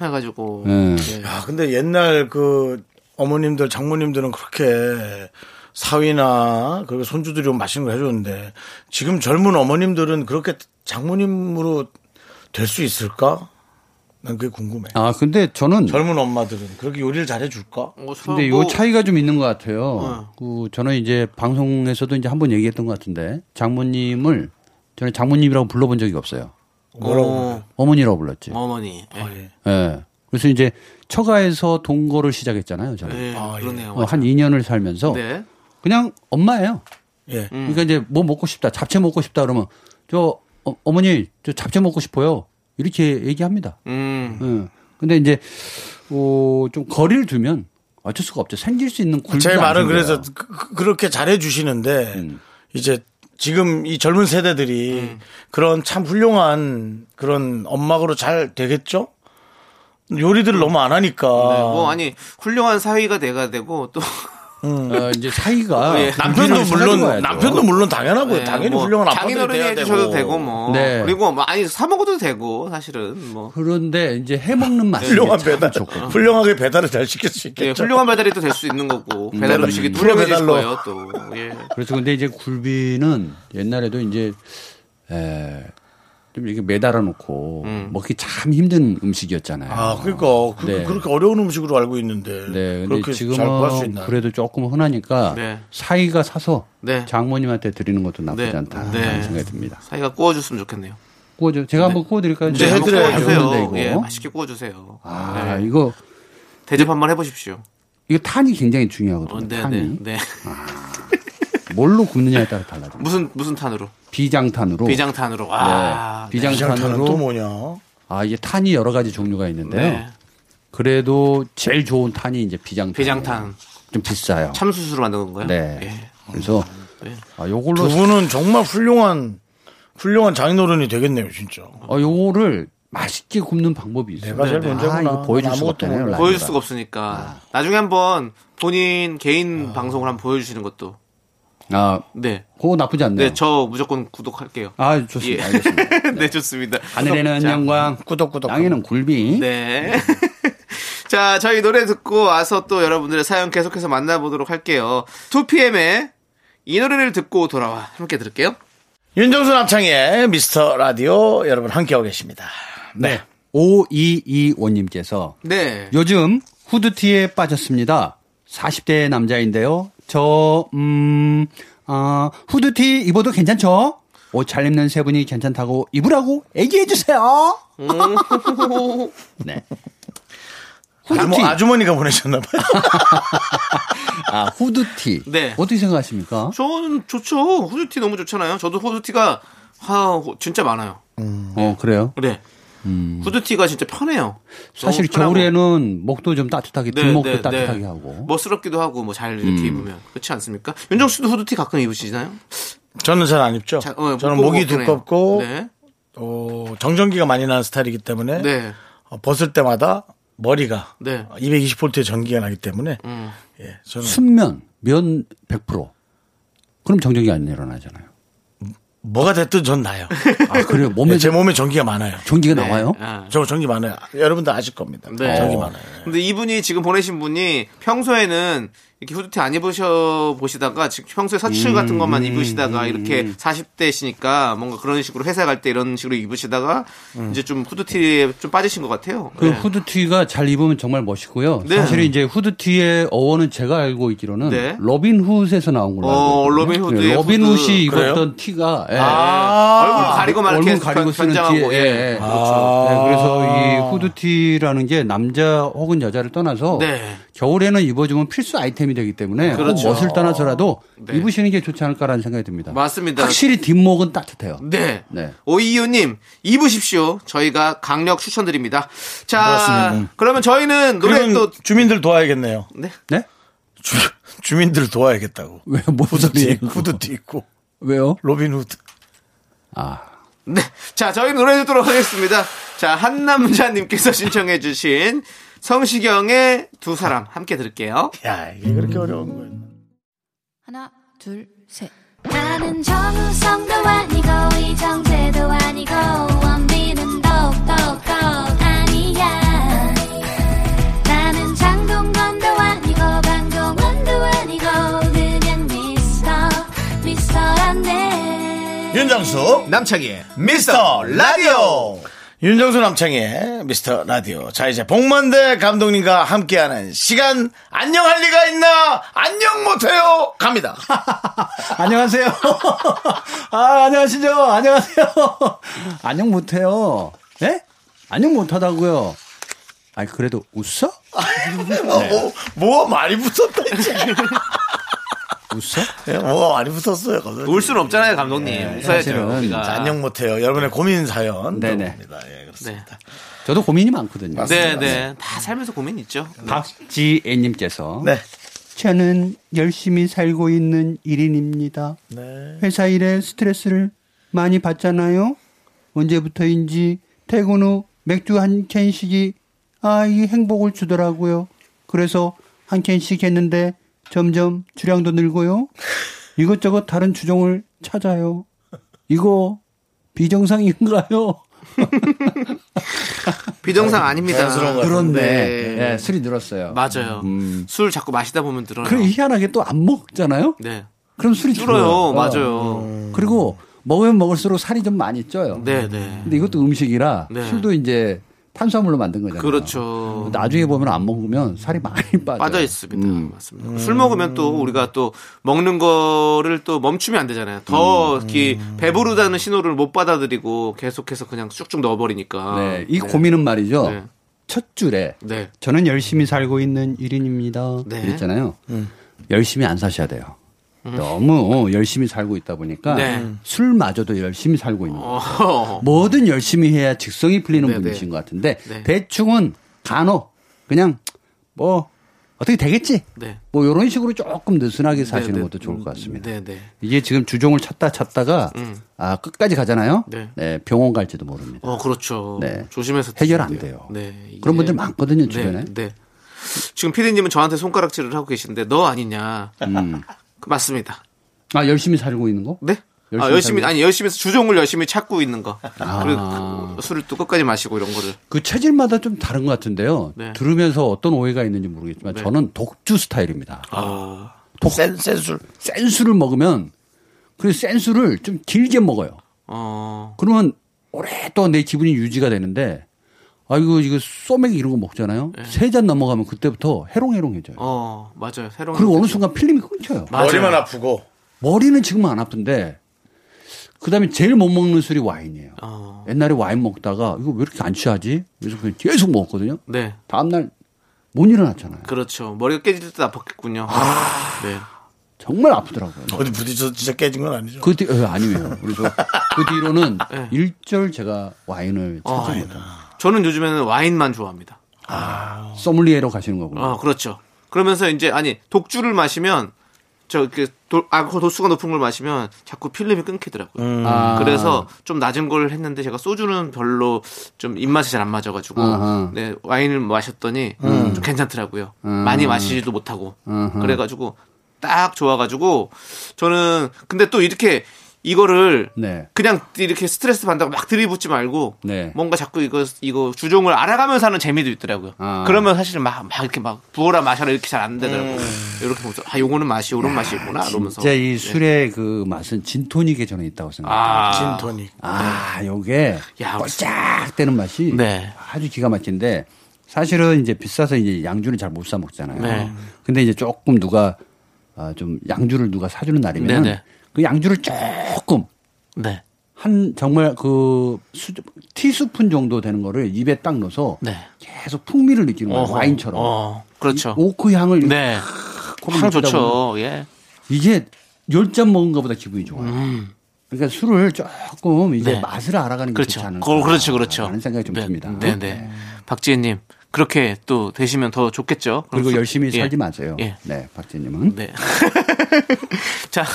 해가지고. 예. 야, 근데 옛날 그 어머님들, 장모님들은 그렇게 사위나 그리고 손주들이 오면 맛있는 걸 해줬는데 지금 젊은 어머님들은 그렇게 장모님으로 될 수 있을까? 난 그게 궁금해. 아, 근데 저는 젊은 엄마들은 그렇게 요리를 잘 해줄까? 어, 서- 근데 뭐- 요 차이가 좀 있는 것 같아요. 그 저는 이제 방송에서도 이제 한번 얘기했던 것 같은데 장모님을 저는 장모님이라고 불러본 적이 없어요. 어, 어머니라고 불렀지. 어머니. 예. 예. 그래서 이제 처가에서 동거를 시작했잖아요. 저는 예, 그러네요. 어, 한 2년을 살면서 네. 그냥 엄마예요. 예. 그러니까 이제 뭐 먹고 싶다, 잡채 먹고 싶다 그러면 저 어, 어머니 저 잡채 먹고 싶어요 이렇게 얘기합니다. 음. 예. 근데 이제 어, 좀 거리를 두면 어쩔 수가 없죠. 생길 수 있는 굴비. 제 말은 그래서 그- 그렇게 잘해 주시는데 이제 지금 이 젊은 세대들이 음. 그런 참 훌륭한 그런 엄마로 잘 되겠죠? 요리들을 너무 안 하니까 음. 네, 뭐 아니 훌륭한 사위가 내가 되고 또 어, 이제 사이가 예. 남편도 우리를 물론 살펴봐야죠. 남편도 물론 당연하고 예, 당연히 뭐 훌륭한 아빠가 장인어른이 돼야 해주셔도 되고. 되고 뭐 네. 그리고 뭐 아니 사 먹어도 되고 사실은 뭐 그런데 이제 해 먹는 맛이 훌륭한 참 배달 좋고. 훌륭하게 배달을 잘 시킬 수 예, 있겠죠. 훌륭한 배달이 또 될 수 있는 거고 배달 음식이 프로 훌륭해질 배달로. 거예요 또 예. 그래서 근데 이제 굴비는 옛날에도 이제 에, 좀 이렇게 매달아 놓고 먹기 참 힘든 음식이었잖아요. 음. 아, 그러니까 그, 네. 그렇게 어려운 음식으로 알고 있는데 네, 그렇게 근데 잘 구할 수 지금은 있나? 그래도 조금 흔하니까 네. 사이가 사서 네. 장모님한테 드리는 것도 나쁘지 네. 않다 네. 라는 생각이 듭니다. 사위가 구워줬으면 좋겠네요 네, 구워줘. 제가 한번 구워드릴까요? 이제 한번 해드려야죠. 배웠는데, 구워주세요 이거. 예, 맛있게 구워주세요 아, 네. 이거 대접 한번 해보십시오 이거 탄이 굉장히 중요하거든요. 어, 음, 네, 탄이 네, 네. 뭘로 굽느냐에 따라 달라져. 무슨 무슨 탄으로 비장탄으로. 비장탄으로 아 네. 네. 비장탄은 또 비장탄으로. 뭐냐? 아 이게 탄이 여러 가지 종류가 있는데요. 네. 그래도 제일 좋은 탄이 이제 비장탄. 비장탄 좀 비싸요. 참수수로 만든 건가요? 네. 예. 그래서 아, 요걸로 두 분은 정말 훌륭한 훌륭한 장인어른이 되겠네요, 진짜. 어, 요거를 맛있게 굽는 방법이 있어요. 내가 제일 아, 문제구나. 이거 보여줄 난 수가 아무것도 없잖아요. 몰라. 라이브라. 아. 보여줄 수가 없으니까 나중에 한번 본인 개인 방송을 한번 보여주시는 것도 아, 네. 그거 나쁘지 않네요. 네, 저 무조건 구독할게요. 아, 좋습니다. 예. 알겠습니다. 네, 좋습니다. 하늘에는 자, 영광, 꾸덕꾸덕. 땅에는 굴비. 네. 자, 저희 노래 듣고 와서 또 여러분들의 사연 계속해서 만나보도록 할게요. 2PM의 이 노래를 듣고 돌아와 함께 들을게요. 윤정수 남창의 미스터 라디오 여러분 함께하고 계십니다. 네. 5225님께서 네. 요즘 후드티에 빠졌습니다. 40대 남자인데요. 저, 음, 아, 후드티 입어도 괜찮죠? 옷 잘 입는 세 분이 괜찮다고 입으라고 얘기해주세요. 음. 네. 아, 뭐 네. 후드티. 아주머, 니가 보내셨나봐요. 아, 후드티. 네. 어떻게 생각하십니까? 저는 좋죠. 후드티 너무 좋잖아요. 저도 후드티가 아, 진짜 많아요. 어, 그래요. 네. 후드티가 진짜 편해요. 음. 사실 너무 편하고. 겨울에는 목도 좀 따뜻하게, 네, 뒷목도 네, 따뜻하게 네. 하고. 음. 멋스럽기도 하고 뭐 잘 이렇게 입으면 그렇지 않습니까? 윤정 씨도 후드티 가끔 입으시나요? 저는 잘 안 입죠. 자, 어, 저는 무거운 목이 거 같긴 해요. 두껍고 네. 어, 정전기가 많이 나는 스타일이기 때문에 네. 어, 벗을 때마다 머리가 네. 음. 220볼트의 전기가 나기 때문에 예, 저는 순면, 면 100%. 그럼 정적이 안 일어나잖아요. 뭐가 됐든 전 나요. 아, 그래요? 예, 몸에 제 몸에 전기가 많아요. 전기가 네. 나와요? 아. 저 전기 많아요. 여러분들 아실 겁니다. 네. 전기 어. 많아요. 근데 이분이 지금 보내신 분이 평소에는 이렇게 후드티 안 입으셔 보시다가 지금 평소에 서츠 음, 같은 것만 입으시다가 이렇게 40대시니까 뭔가 그런 식으로 회사 갈 때 이런 식으로 입으시다가 이제 좀 후드티에 좀 빠지신 것 같아요. 음. 그 네. 후드티가 잘 입으면 정말 멋있고요. 네. 사실 이제 후드티의 어원은 제가 알고 있기로는 네. 로빈 훗에서 나온 걸로 어, 알고 로빈 있거든요. 네, 후드의 로빈 후드. 훗이 입었던 티가 예. 네. 아, 얼굴 가리고 막 이렇게 얼굴 가리고 쓰는 변장하고 티에 예. 아. 예, 예. 네, 그래서 이 후드티라는 게 남자 혹은 여자를 떠나서 네. 겨울에는 입어주면 필수 아이템이 되기 때문에 그 그렇죠. 멋을 떠나서라도 네. 입으시는 게 좋지 않을까라는 생각이 듭니다. 맞습니다. 확실히 뒷목은 따뜻해요. 네. 네. 오이이호님, 입으십시오. 저희가 강력 추천드립니다. 자, 그러면 저희는 노래 그리고 또, 주민들 도와야겠네요. 네. 네? 주, 민들을 도와야겠다고. 왜요? 뭔 후드도 소리예요, 입고, 그거? 후드도 입고. 왜요? 로빈 후드. 아, 네. 자, 저희 노래 듣도록 하겠습니다. 자, 한남자님께서 신청해주신 성시경의 두 사람 함께 들을게요. 야, 이게 그렇게 어려운 거였나. 하나, 둘, 셋. 나는 정우성도 아니고 이정재도 아니고 원빈은 더욱더 아니야 나는 장동건도 아니고 방종원도 아니고 그냥 미스터 미스터란데 윤정수. 남창희의 미스터 라디오! 윤정수 남창의 미스터 라디오. 자, 이제 복만대 감독님과 함께하는 시간. 안녕할 리가 있나? 안녕 못해요. 갑니다. 안녕하세요. 아, 안녕하시죠. 안녕하세요. 안녕 못해요. 예? 안녕 못하다고요. 아니 그래도 웃어? 뭐, 뭐가 많이 붙었다, 이제. 웃어? 예, 뭐가 많이 붙었어요. 울 수는 없잖아요, 감독님. 웃어야죠. 사실은 우리가. 자, 안녕 못해요. 여러분의 고민 사연. 네네. 들어봅니다. 예, 그렇습니다. 저도 고민이 많거든요. 네, 네. 네. 다 살면서 고민 있죠. 박지애님께서 네. 저는 열심히 살고 있는 1인입니다. 회사 일에 스트레스를 많이 받잖아요. 언제부터인지 퇴근 후 맥주 한 캔씩이 아, 이 행복을 주더라고요. 그래서 한 캔씩 했는데 점점 주량도 늘고요. 이것저것 다른 주종을 찾아요. 이거 비정상인가요? 비정상 아닙니다. 자연스러운 것 네. 예, 술이 늘었어요. 맞아요. 술 자꾸 마시다 보면 늘어요. 그래 희한하게 또 안 먹잖아요. 네. 그럼 술이 줄어요. 줄어요. 맞아요. 음. 그리고 먹으면 먹을수록 살이 좀 많이 쪄요. 음. 네, 네. 근데 이것도 음식이라 네. 술도 이제 탄수화물로 만든 거잖아요. 그렇죠. 나중에 보면 안 먹으면 살이 많이 빠져. 빠져 있습니다. 음. 맞습니다. 술 먹으면 또 우리가 또 먹는 거를 또 멈추면 안 되잖아요. 음. 더 이렇게 배부르다는 신호를 못 받아들이고 계속해서 그냥 쭉쭉 넣어버리니까. 네, 이 고민은 말이죠. 아, 네. 첫 줄에 네. 저는 열심히 살고 있는 1인입니다. 네. 그랬잖아요. 열심히 안 사셔야 돼요. 너무 열심히 살고 있다 보니까 음. 네. 술마저도 열심히 살고 있는 거예요. 어, 뭐든 열심히 해야 직성이 풀리는 네네. 분이신 것 같은데 네. 대충은 간혹 그냥 뭐 어떻게 되겠지 네. 뭐 이런 식으로 조금 느슨하게 사시는 네네. 것도 좋을 것 같습니다. 네, 네. 이게 지금 주종을 찾다 찾다가 아 끝까지 가잖아요. 네. 네. 병원 갈지도 모릅니다. 어, 그렇죠. 네. 조심해서. 해결 안 드셔야 돼요. 네. 이게- 그런 분들 많거든요 주변에. 네, 네. 지금 피디님은 저한테 손가락질을 하고 계신데 너 아니냐. 음. 그 맞습니다. 아 열심히 살고 있는 거? 네? 열심히 아. 아, 열심히, 살고- 아니, 열심히, 주종을 열심히 찾고 있는 거. 그리고 그 술을 또 끝까지 마시고 이런 거를. 그 체질마다 좀 다른 것 같은데요. 네. 들으면서 어떤 오해가 있는지 모르겠지만 네. 저는 독주 스타일입니다. 아. 센, 센 술. 센 술을 먹으면 그 센 술을 좀 길게 먹어요. 어. 그러면 오랫동안 내 기분이 유지가 되는데 아이고 이거 소맥 이런 거 먹잖아요. 세 잔 넘어가면 그때부터 해롱해롱해져요. 어, 맞아요. 새로운. 그리고 어느 느낌. 순간 필름이 끊겨요. 맞아요. 머리만 아프고. 머리는 지금 안 아픈데 그다음에 제일 못 먹는 술이 와인이에요. 어. 옛날에 와인 먹다가 이거 왜 이렇게 안 취하지? 그래서 그냥 계속 먹었거든요. 네. 다음 날 못 일어났잖아요. 그렇죠. 머리가 깨질 듯 아팠겠군요. 네. 정말 아프더라고요. 어디 부딪혀서 진짜 깨진 건 아니죠. 그 뒤, 에, 아니에요. 그래서 그 뒤로는 네. 일절 제가 와인을 어, 찾지 못해요. 저는 요즘에는 와인만 좋아합니다. 소믈리에로 가시는 거군요. 어, 그렇죠. 그러면서 이제, 아니, 독주를 마시면, 저, 이렇게, 도, 알코올 도수가 높은 걸 마시면 자꾸 필름이 끊기더라고요. 아. 그래서 좀 낮은 걸 했는데 제가 소주는 별로 좀 입맛이 잘 안 맞아가지고 아하. 음. 네, 와인을 마셨더니 좀 괜찮더라고요. 많이 마시지도 못하고 그래가지고 딱 좋아가지고 저는 근데 또 이렇게 이거를 네. 그냥 이렇게 스트레스 받는다고 막 들이붓지 말고 네. 뭔가 자꾸 이거 이거 주종을 알아가면서 하는 재미도 있더라고요. 아. 그러면 사실 막 막 이렇게 막 부어라 마셔라 이렇게 잘 안 되더라고요. 이렇게 보면서 아 요거는 맛이 요런 맛이 있구나 이러면서 음. 네. 진짜 이 술의 그 맛은 진토닉에 저는 있다고 생각해요. 아. 네. 진토닉. 아, 요게 야, 꼴짝대는 맛이 네. 아주 기가 막힌데 사실은 이제 비싸서 이제 양주를 잘 못 사 먹잖아요. 네. 근데 이제 조금 누가 아, 좀 양주를 누가 사주는 날이면 네네. 그 양주를 조금 네. 한 정말 그 수, 티스푼 정도 되는 거를 입에 딱 넣어서 네. 계속 풍미를 느끼는 거예요. 와인처럼. 어, 그렇죠. 이 오크 향을 네. 코로 향 느끼다 좋죠. 예. 이게 열 잔 먹은 것보다 기분이 좋아요. 그러니까 술을 조금 이제 음. 네. 맛을 알아가는 게 그렇죠. 좋지 않을까. 그걸- 그렇죠. 그렇죠. 라는 생각이 좀 네, 듭니다. 네, 네. 박지혜님. 그렇게 또 되시면 더 좋겠죠. 그럼 그리고 수- 열심히 예. 살지 마세요. 예. 네, 박진님은 네. 자,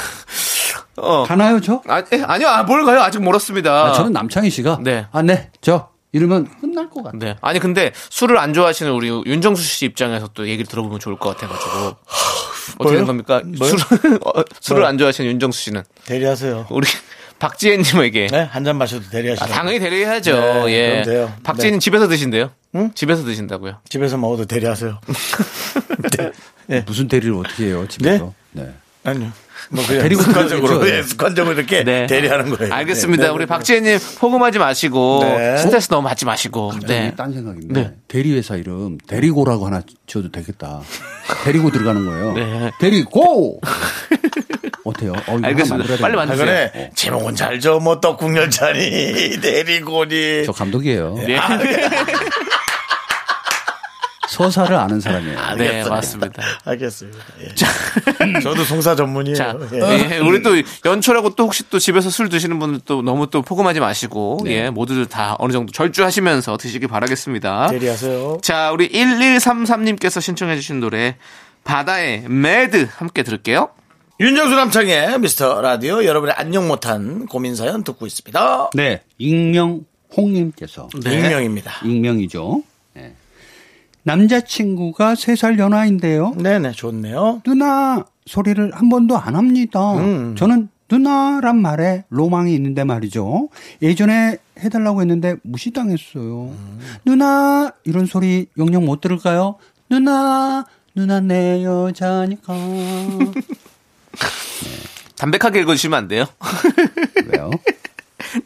어. 가나요, 저? 아, 예, 아니요, 아, 뭘 가요? 아직 멀었습니다. 아, 저는 남창희 씨가 네. 아, 네, 저 이러면 끝날 것 같아. 요 네. 아니, 근데 술을 안 좋아하시는 우리 윤정수 씨 입장에서 또 얘기를 들어보면 좋을 것 같아가지고. 어떻게 된 겁니까? 술을, 뭐? 어, 술을 안 좋아하시는 윤정수 씨는 대리하세요. 우리 박지혜님에게. 네, 한 잔 마셔도 대리하시죠. 아, 당연히 대리해야죠. 네, 예. 그럼 돼요. 박지혜님 집에서 드신대요. 집에서 드신다고요. 집에서 먹어도 대리하세요. 네. 무슨 대리를 어떻게 해요, 집에서? 네. 아니요. 뭐 그냥 데리고 습관적으로 가겠죠. 예, 습관적으로 이렇게 네. 대리하는 거예요. 알겠습니다. 우리 박지혜님 포금하지 마시고 네. 어? 스트레스 너무 받지 마시고. 네. 네. 딴 생각인데 대리 회사 이름 대리고라고 하나 지어도 되겠다. 데리고 들어가는 거예요. 네. 데리고 어때요? 어, 이거 알겠습니다. 하나 만들어야 빨리 되나? 만들- 하여간에 제목은 잘 줘. 뭐 떡국열차니 대리고니. 저 감독이에요. 네. 서사를 아는 사람이에요. 네, 맞습니다. 알겠습니다. 예. 저도 송사 전문이에요. 자, 예. 예, 우리 또 연초라고 또 혹시 또 집에서 술 드시는 분들 또 너무 또 포금하지 마시고, 네. 예, 모두들 다 어느 정도 절주하시면서 드시길 바라겠습니다. 대리하세요. 자, 우리 1133님께서 신청해주신 노래, 바다의 매드 함께 들을게요. 윤정수 남창의 미스터 라디오 여러분의 안녕 못한 고민 사연 듣고 있습니다. 네, 익명 홍님께서 네. 익명입니다. 익명이죠. 네. 남자친구가 세 살 연하인데요. 네네 좋네요. 누나 소리를 한 번도 안 합니다. 음. 저는 누나란 말에 로망이 있는데 말이죠. 예전에 해달라고 했는데 무시당했어요. 음. 누나 이런 소리 영영 못 들을까요? 누나 누나 내 여자니까 담백하게 읽어주시면 안 돼요. 왜요?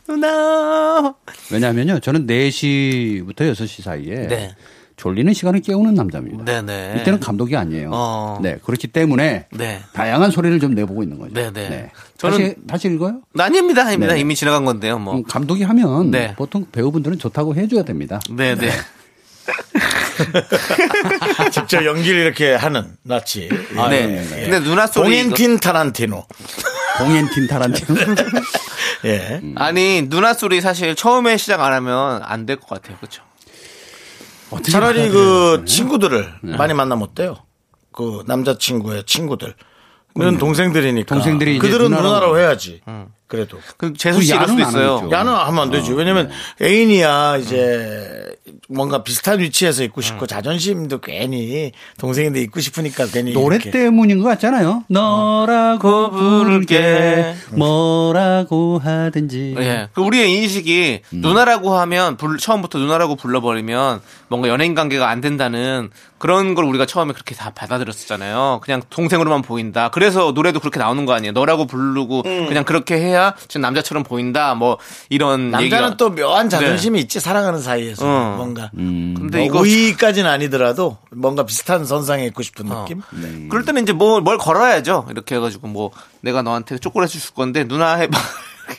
누나. 왜냐하면요 저는 4시부터 6시 사이에 네. 졸리는 시간을 깨우는 남자입니다. 네네. 이때는 감독이 아니에요. 어. 네 그렇기 때문에 네. 다양한 다양한 소리를 좀 내보고 있는 거죠. 네네. 저는 저는- 다시, 다시 읽어요. 아닙니다, 아닙니다. 네네. 이미 지나간 건데요, 뭐. 음, 감독이 하면 네. 보통 배우분들은 좋다고 해줘야 됩니다. 네네. 직접 연기를 이렇게 하는 나치. 네. 네. 근데 누나 소리. 이거- 공인틴 타란티노. 봉엔틴 타란티노. 예. 음. 아니, 누나 소리 사실 처음에 시작 안 하면 안 될 것 같아요. 그렇죠 어떻게 차라리 받아들여요? 그 친구들을 네. 많이 만나면 어때요? 그 남자친구의 친구들. 는 동생들이니까. 음. 동생들이 이제 그들은 누나라고- 음. 누나라고 해야지. 그래도. 그 재수 씨 이럴 야는 수도 안 있어요. 하죠. 나는 하면 안 되지. 왜냐면 음. 애인이야 이제 뭔가 비슷한 위치에서 있고 싶고 음. 자존심도 괜히 동생인데 있고 싶으니까 괜히 노래 이렇게. 때문인 것 같잖아요. 너라고 부를게, 뭐라고 하든지. 음. 예. 그 우리의 인식이 누나라고 하면 불- 처음부터 누나라고 불러버리면 뭔가 연예인 관계가 안 된다는 그런 걸 우리가 처음에 그렇게 다 받아들였었잖아요. 그냥 동생으로만 보인다. 그래서 노래도 그렇게 나오는 거 아니에요. 너라고 부르고 음. 그냥 그렇게 해야 지금 남자처럼 보인다. 뭐 이런 남자는 얘기가. 네. 또 묘한 자존심이 있지 사랑하는 사이에서 어. 뭔가 근데 뭐 이거 우위까지는 아니더라도 뭔가 비슷한 선상에 있고 싶은 어. 느낌. 네. 그럴 때는 이제 뭐, 뭘 걸어야죠. 이렇게 해가지고 뭐 내가 너한테 초콜릿 줄 건데 누나 해봐.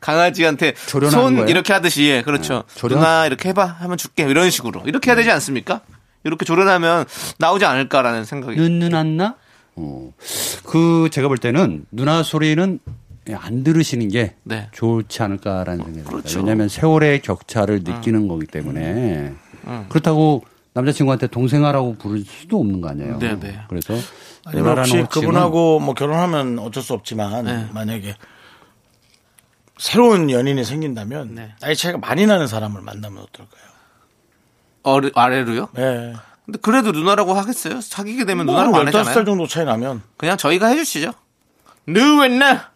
강아지한테 손 조련하는 거예요? 네. 이렇게 하듯이 예, 그렇죠. 조련? 음. 누나 이렇게 해봐 하면 줄게 이런 식으로 이렇게 해야 되지 않습니까? 이렇게 조련하면 나오지 않을까라는 생각이. 눈눈 안 나? 그 어. 그 제가 볼 때는 누나 소리는 안 들으시는 게 네. 좋지 않을까라는 생각이 듭니다. 그렇죠. 음. 왜냐하면 세월의 격차를 느끼는 거기 때문에 그렇다고 남자친구한테 동생아라고 부를 수도 없는 거 아니에요. 네, 네. 그래서 아니면 누나라는 혹시 호칭은 그분하고 뭐 결혼하면 어쩔 수 없지만 네. 만약에 새로운 연인이 생긴다면 네. 나이 차이가 많이 나는 사람을 만나면 어떨까요? 어르- 아래로요? 예. 근데 그래도 누나라고 하겠어요? 사귀게 되면 뭐 네. 누나라고 안 15살 하잖아요. 정도 차이 나면 그냥 저희가 해주시죠. 누웠나?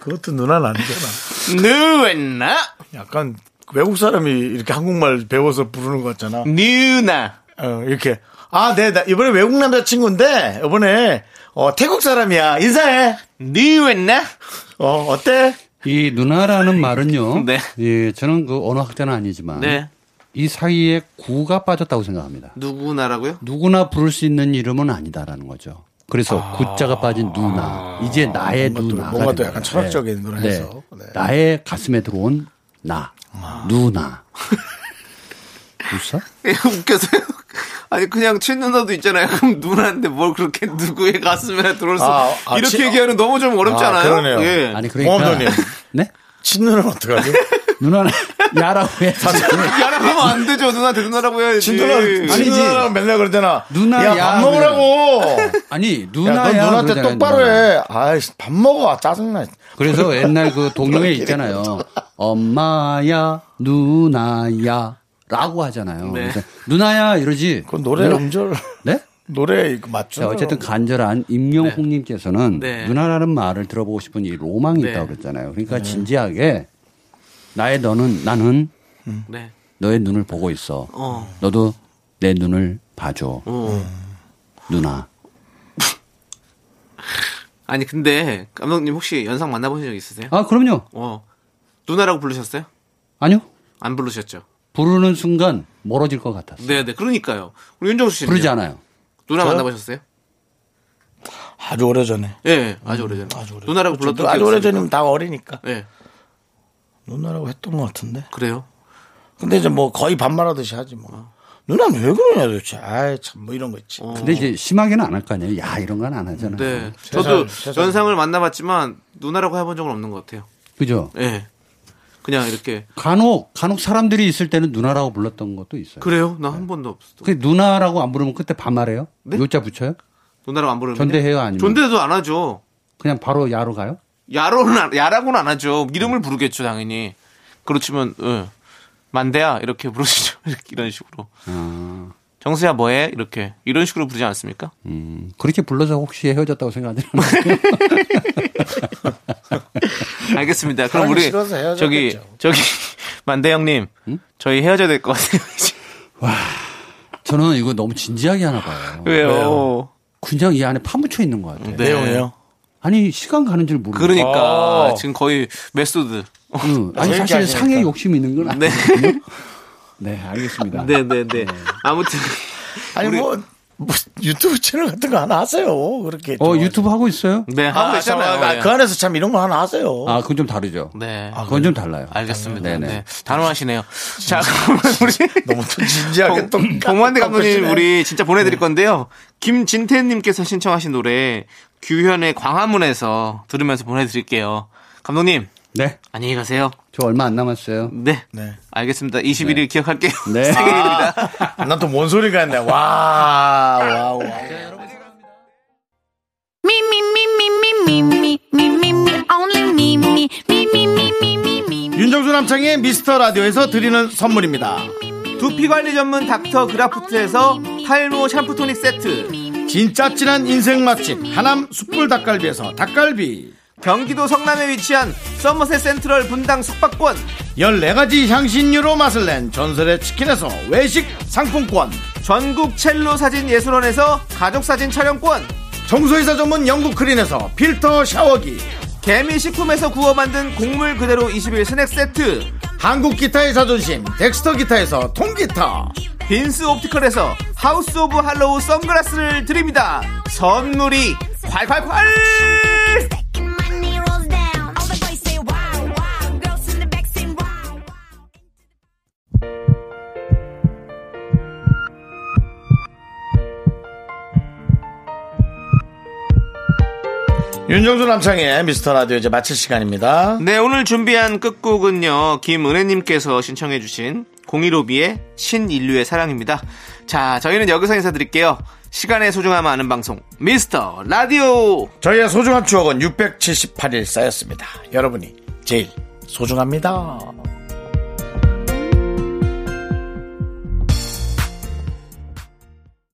그것도 누나는 아니잖아. 누웠나? 약간 외국 사람이 이렇게 한국말 배워서 부르는 것 같잖아. 누나. 어, 이렇게. 아, 네, 나 이번에 외국 남자친구인데, 이번에, 어, 태국 사람이야. 인사해. 네, 누웠나? 어, 어때? 이 누나라는 말은요. 네. 예, 저는 그 언어학자는 아니지만 네. 이 사이에 구가 빠졌다고 생각합니다. 누구나라고요? 누구나 부를 수 있는 이름은 아니다라는 거죠. 그래서 구자가 빠진 누나 이제 나의 누나 뭔가 또 약간 철학적인 노래에서. 네. 아. 나의 가슴에 들어온 나 누나 웃어? 예, 웃겨서요. 아니 그냥 친누나도 있잖아요. 그럼 누나인데 뭘 그렇게 누구의 가슴에 들어서 아, 아, 이렇게 친- 얘기하는 너무 좀 어렵지 아, 않아요? 그러네요. 예. 아니 그러니까 어머님. 네 친누나는 어떡하지? 누나는 야라고 해야지. 야라고 하면 안 되죠. 누나한테 누나라고 해야지. 예. 친누나 아니지. 친누나랑 맨날 그러잖아. 누나, 야, 야, 밥 먹으라고. 아니 야, 누나야. 넌 누나한테 그러잖아요, 똑바로 누나. 해. 아이씨, 밥 먹어. 짜증나. 그래서 옛날 그 동요에 있잖아요. 엄마야, 누나야. 라고 하잖아요. 그래서 누나야 이러지. 그건 노래 누나- 음절, 네? 노래 이거 자, 맞죠? 어쨌든 간절한 임명홍님께서는 음. 네. 누나라는 말을 들어보고 싶은 이 로망이 네. 있다고 그랬잖아요. 그러니까 진지하게 나의 너는 나는 네. 너의 눈을 보고 있어. 어. 너도 내 눈을 봐줘. 어. 누나. 아니 근데 감독님 혹시 연상 만나보신 적 있으세요? 아, 그럼요. 어. 누나라고 부르셨어요? 아니요. 안 부르셨죠? 부르는 순간 멀어질 것 같았어. 네, 네. 그러니까요. 우리 윤정수 씨는 부르지 않아요. 누나 만나보셨어요? 아주 오래전에. 예, 네, 아주 오래전. 에 아주 오래. 누나라고 불렀던 아주 기억 오래전이면 다 어리니까. 예. 누나라고 했던 것 같은데. 그래요. 근데 이제 뭐 거의 반말하듯이 하지 뭐. 누나는 왜 그러냐 도대체. 아이, 참, 뭐 이런 거 있지. 어. 근데 이제 심하게는 안 할 거 아니에요. 야, 이런 건 안 하잖아요. 네. 음, 세상, 저도 세상. 연상을 만나봤지만 누나라고 해본 적은 없는 것 같아요. 그죠? 예. 그냥 이렇게 간혹, 간혹 사람들이 있을 때는 누나라고 불렀던 것도 있어요. 그래요? 나 한 번도 없어. 그 누나라고 안 부르면 그때 반말해요? 네? 요자 붙여요? 누나라고 안 부르는데. 존대해요? 아니면? 존대도 안 하죠. 그냥 바로 야로 가요? 야로는 안- 야라고는 안 하죠. 이름을 부르겠죠, 당연히. 그렇지만 예. 만대야 이렇게 부르시죠. 이렇게 이런 식으로. 정수야 뭐해? 이렇게 이런 식으로 부르지 않습니까? 아, 음, 그렇게 불러서 혹시 헤어졌다고 생각하지 않아요? 알겠습니다. 그럼 사랑이 우리 싫어서 헤어졌겠죠. 저기 저기 만대 형님 저희 헤어져야 될 것 같아요. 이제. 저는 이거 너무 진지하게 하나 봐요. 왜요? 그냥 이 안에 파묻혀 있는 것 같아요. 네. 내용이에요. 아니, 시간 가는 줄 모르고. 그러니까 지금 거의 메소드. 응. 아니, 재밌게 사실 하시니까. 상해 욕심이 있는 건 네. 아니거든요. 네, 알겠습니다. 네네네. 아무튼 아니, 뭐, 뭐 유튜브 채널 같은 거 하나 하세요. 그렇게. 어, 좋아하지. 유튜브 하고 있어요? 네 하고 아, 있잖아요. 참, 아, 예. 그 안에서 참 이런 거 하나 하세요. 아, 그건 좀 다르죠. 네. 그건 좀 달라요. 알겠습니다. 아, 네네. 네. 단호하시네요. 자, 그러면 우리 너무 또 진지하게 그 또. 봉- 봉만대 감독님 깎으시네. 우리 진짜 보내드릴 건데요. 김진태님께서 신청하신 노래 규현의 광화문에서 들으면서 보내드릴게요. 감독님 네. 안녕히 가세요. 저 얼마 안 남았어요. 네. 네. 알겠습니다. 21일 기억할게요. 네. 난 또 뭔 소리가 했네. 와, 와, 와. 윤정수 남창의 미스터 라디오에서 드리는 선물입니다. 두피 관리 전문 닥터 그라프트에서 탈모 샴푸 토닉 세트. 진짜 진한 인생 맛집 하남 숯불 닭갈비에서 닭갈비 경기도 성남에 위치한 서머셋 센트럴 분당 숙박권. 14가지 향신료로 맛을 낸 전설의 치킨에서 외식 상품권 전국 첼로 사진 예술원에서 가족 사진 촬영권. 청소이사 전문 영국 크린에서 필터 샤워기 개미 식품에서 구워 만든 곡물 그대로 21 스낵 세트. 한국 기타의 자존심 덱스터 기타에서 통기타 빈스 옵티컬에서 하우스 오브 할로우 선글라스를 드립니다. 선물이 콸콸콸! 윤정수 남창의 미스터 라디오 이제 마칠 시간입니다 네, 오늘 준비한 끝곡은요. 김은혜님께서 신청해주신 015B의 신인류의 사랑입니다. 자, 저희는 여기서 인사드릴게요. 시간의 소중함 아는 방송, 미스터 라디오! 저희의 소중한 추억은 678일 쌓였습니다 여러분이 제일 소중합니다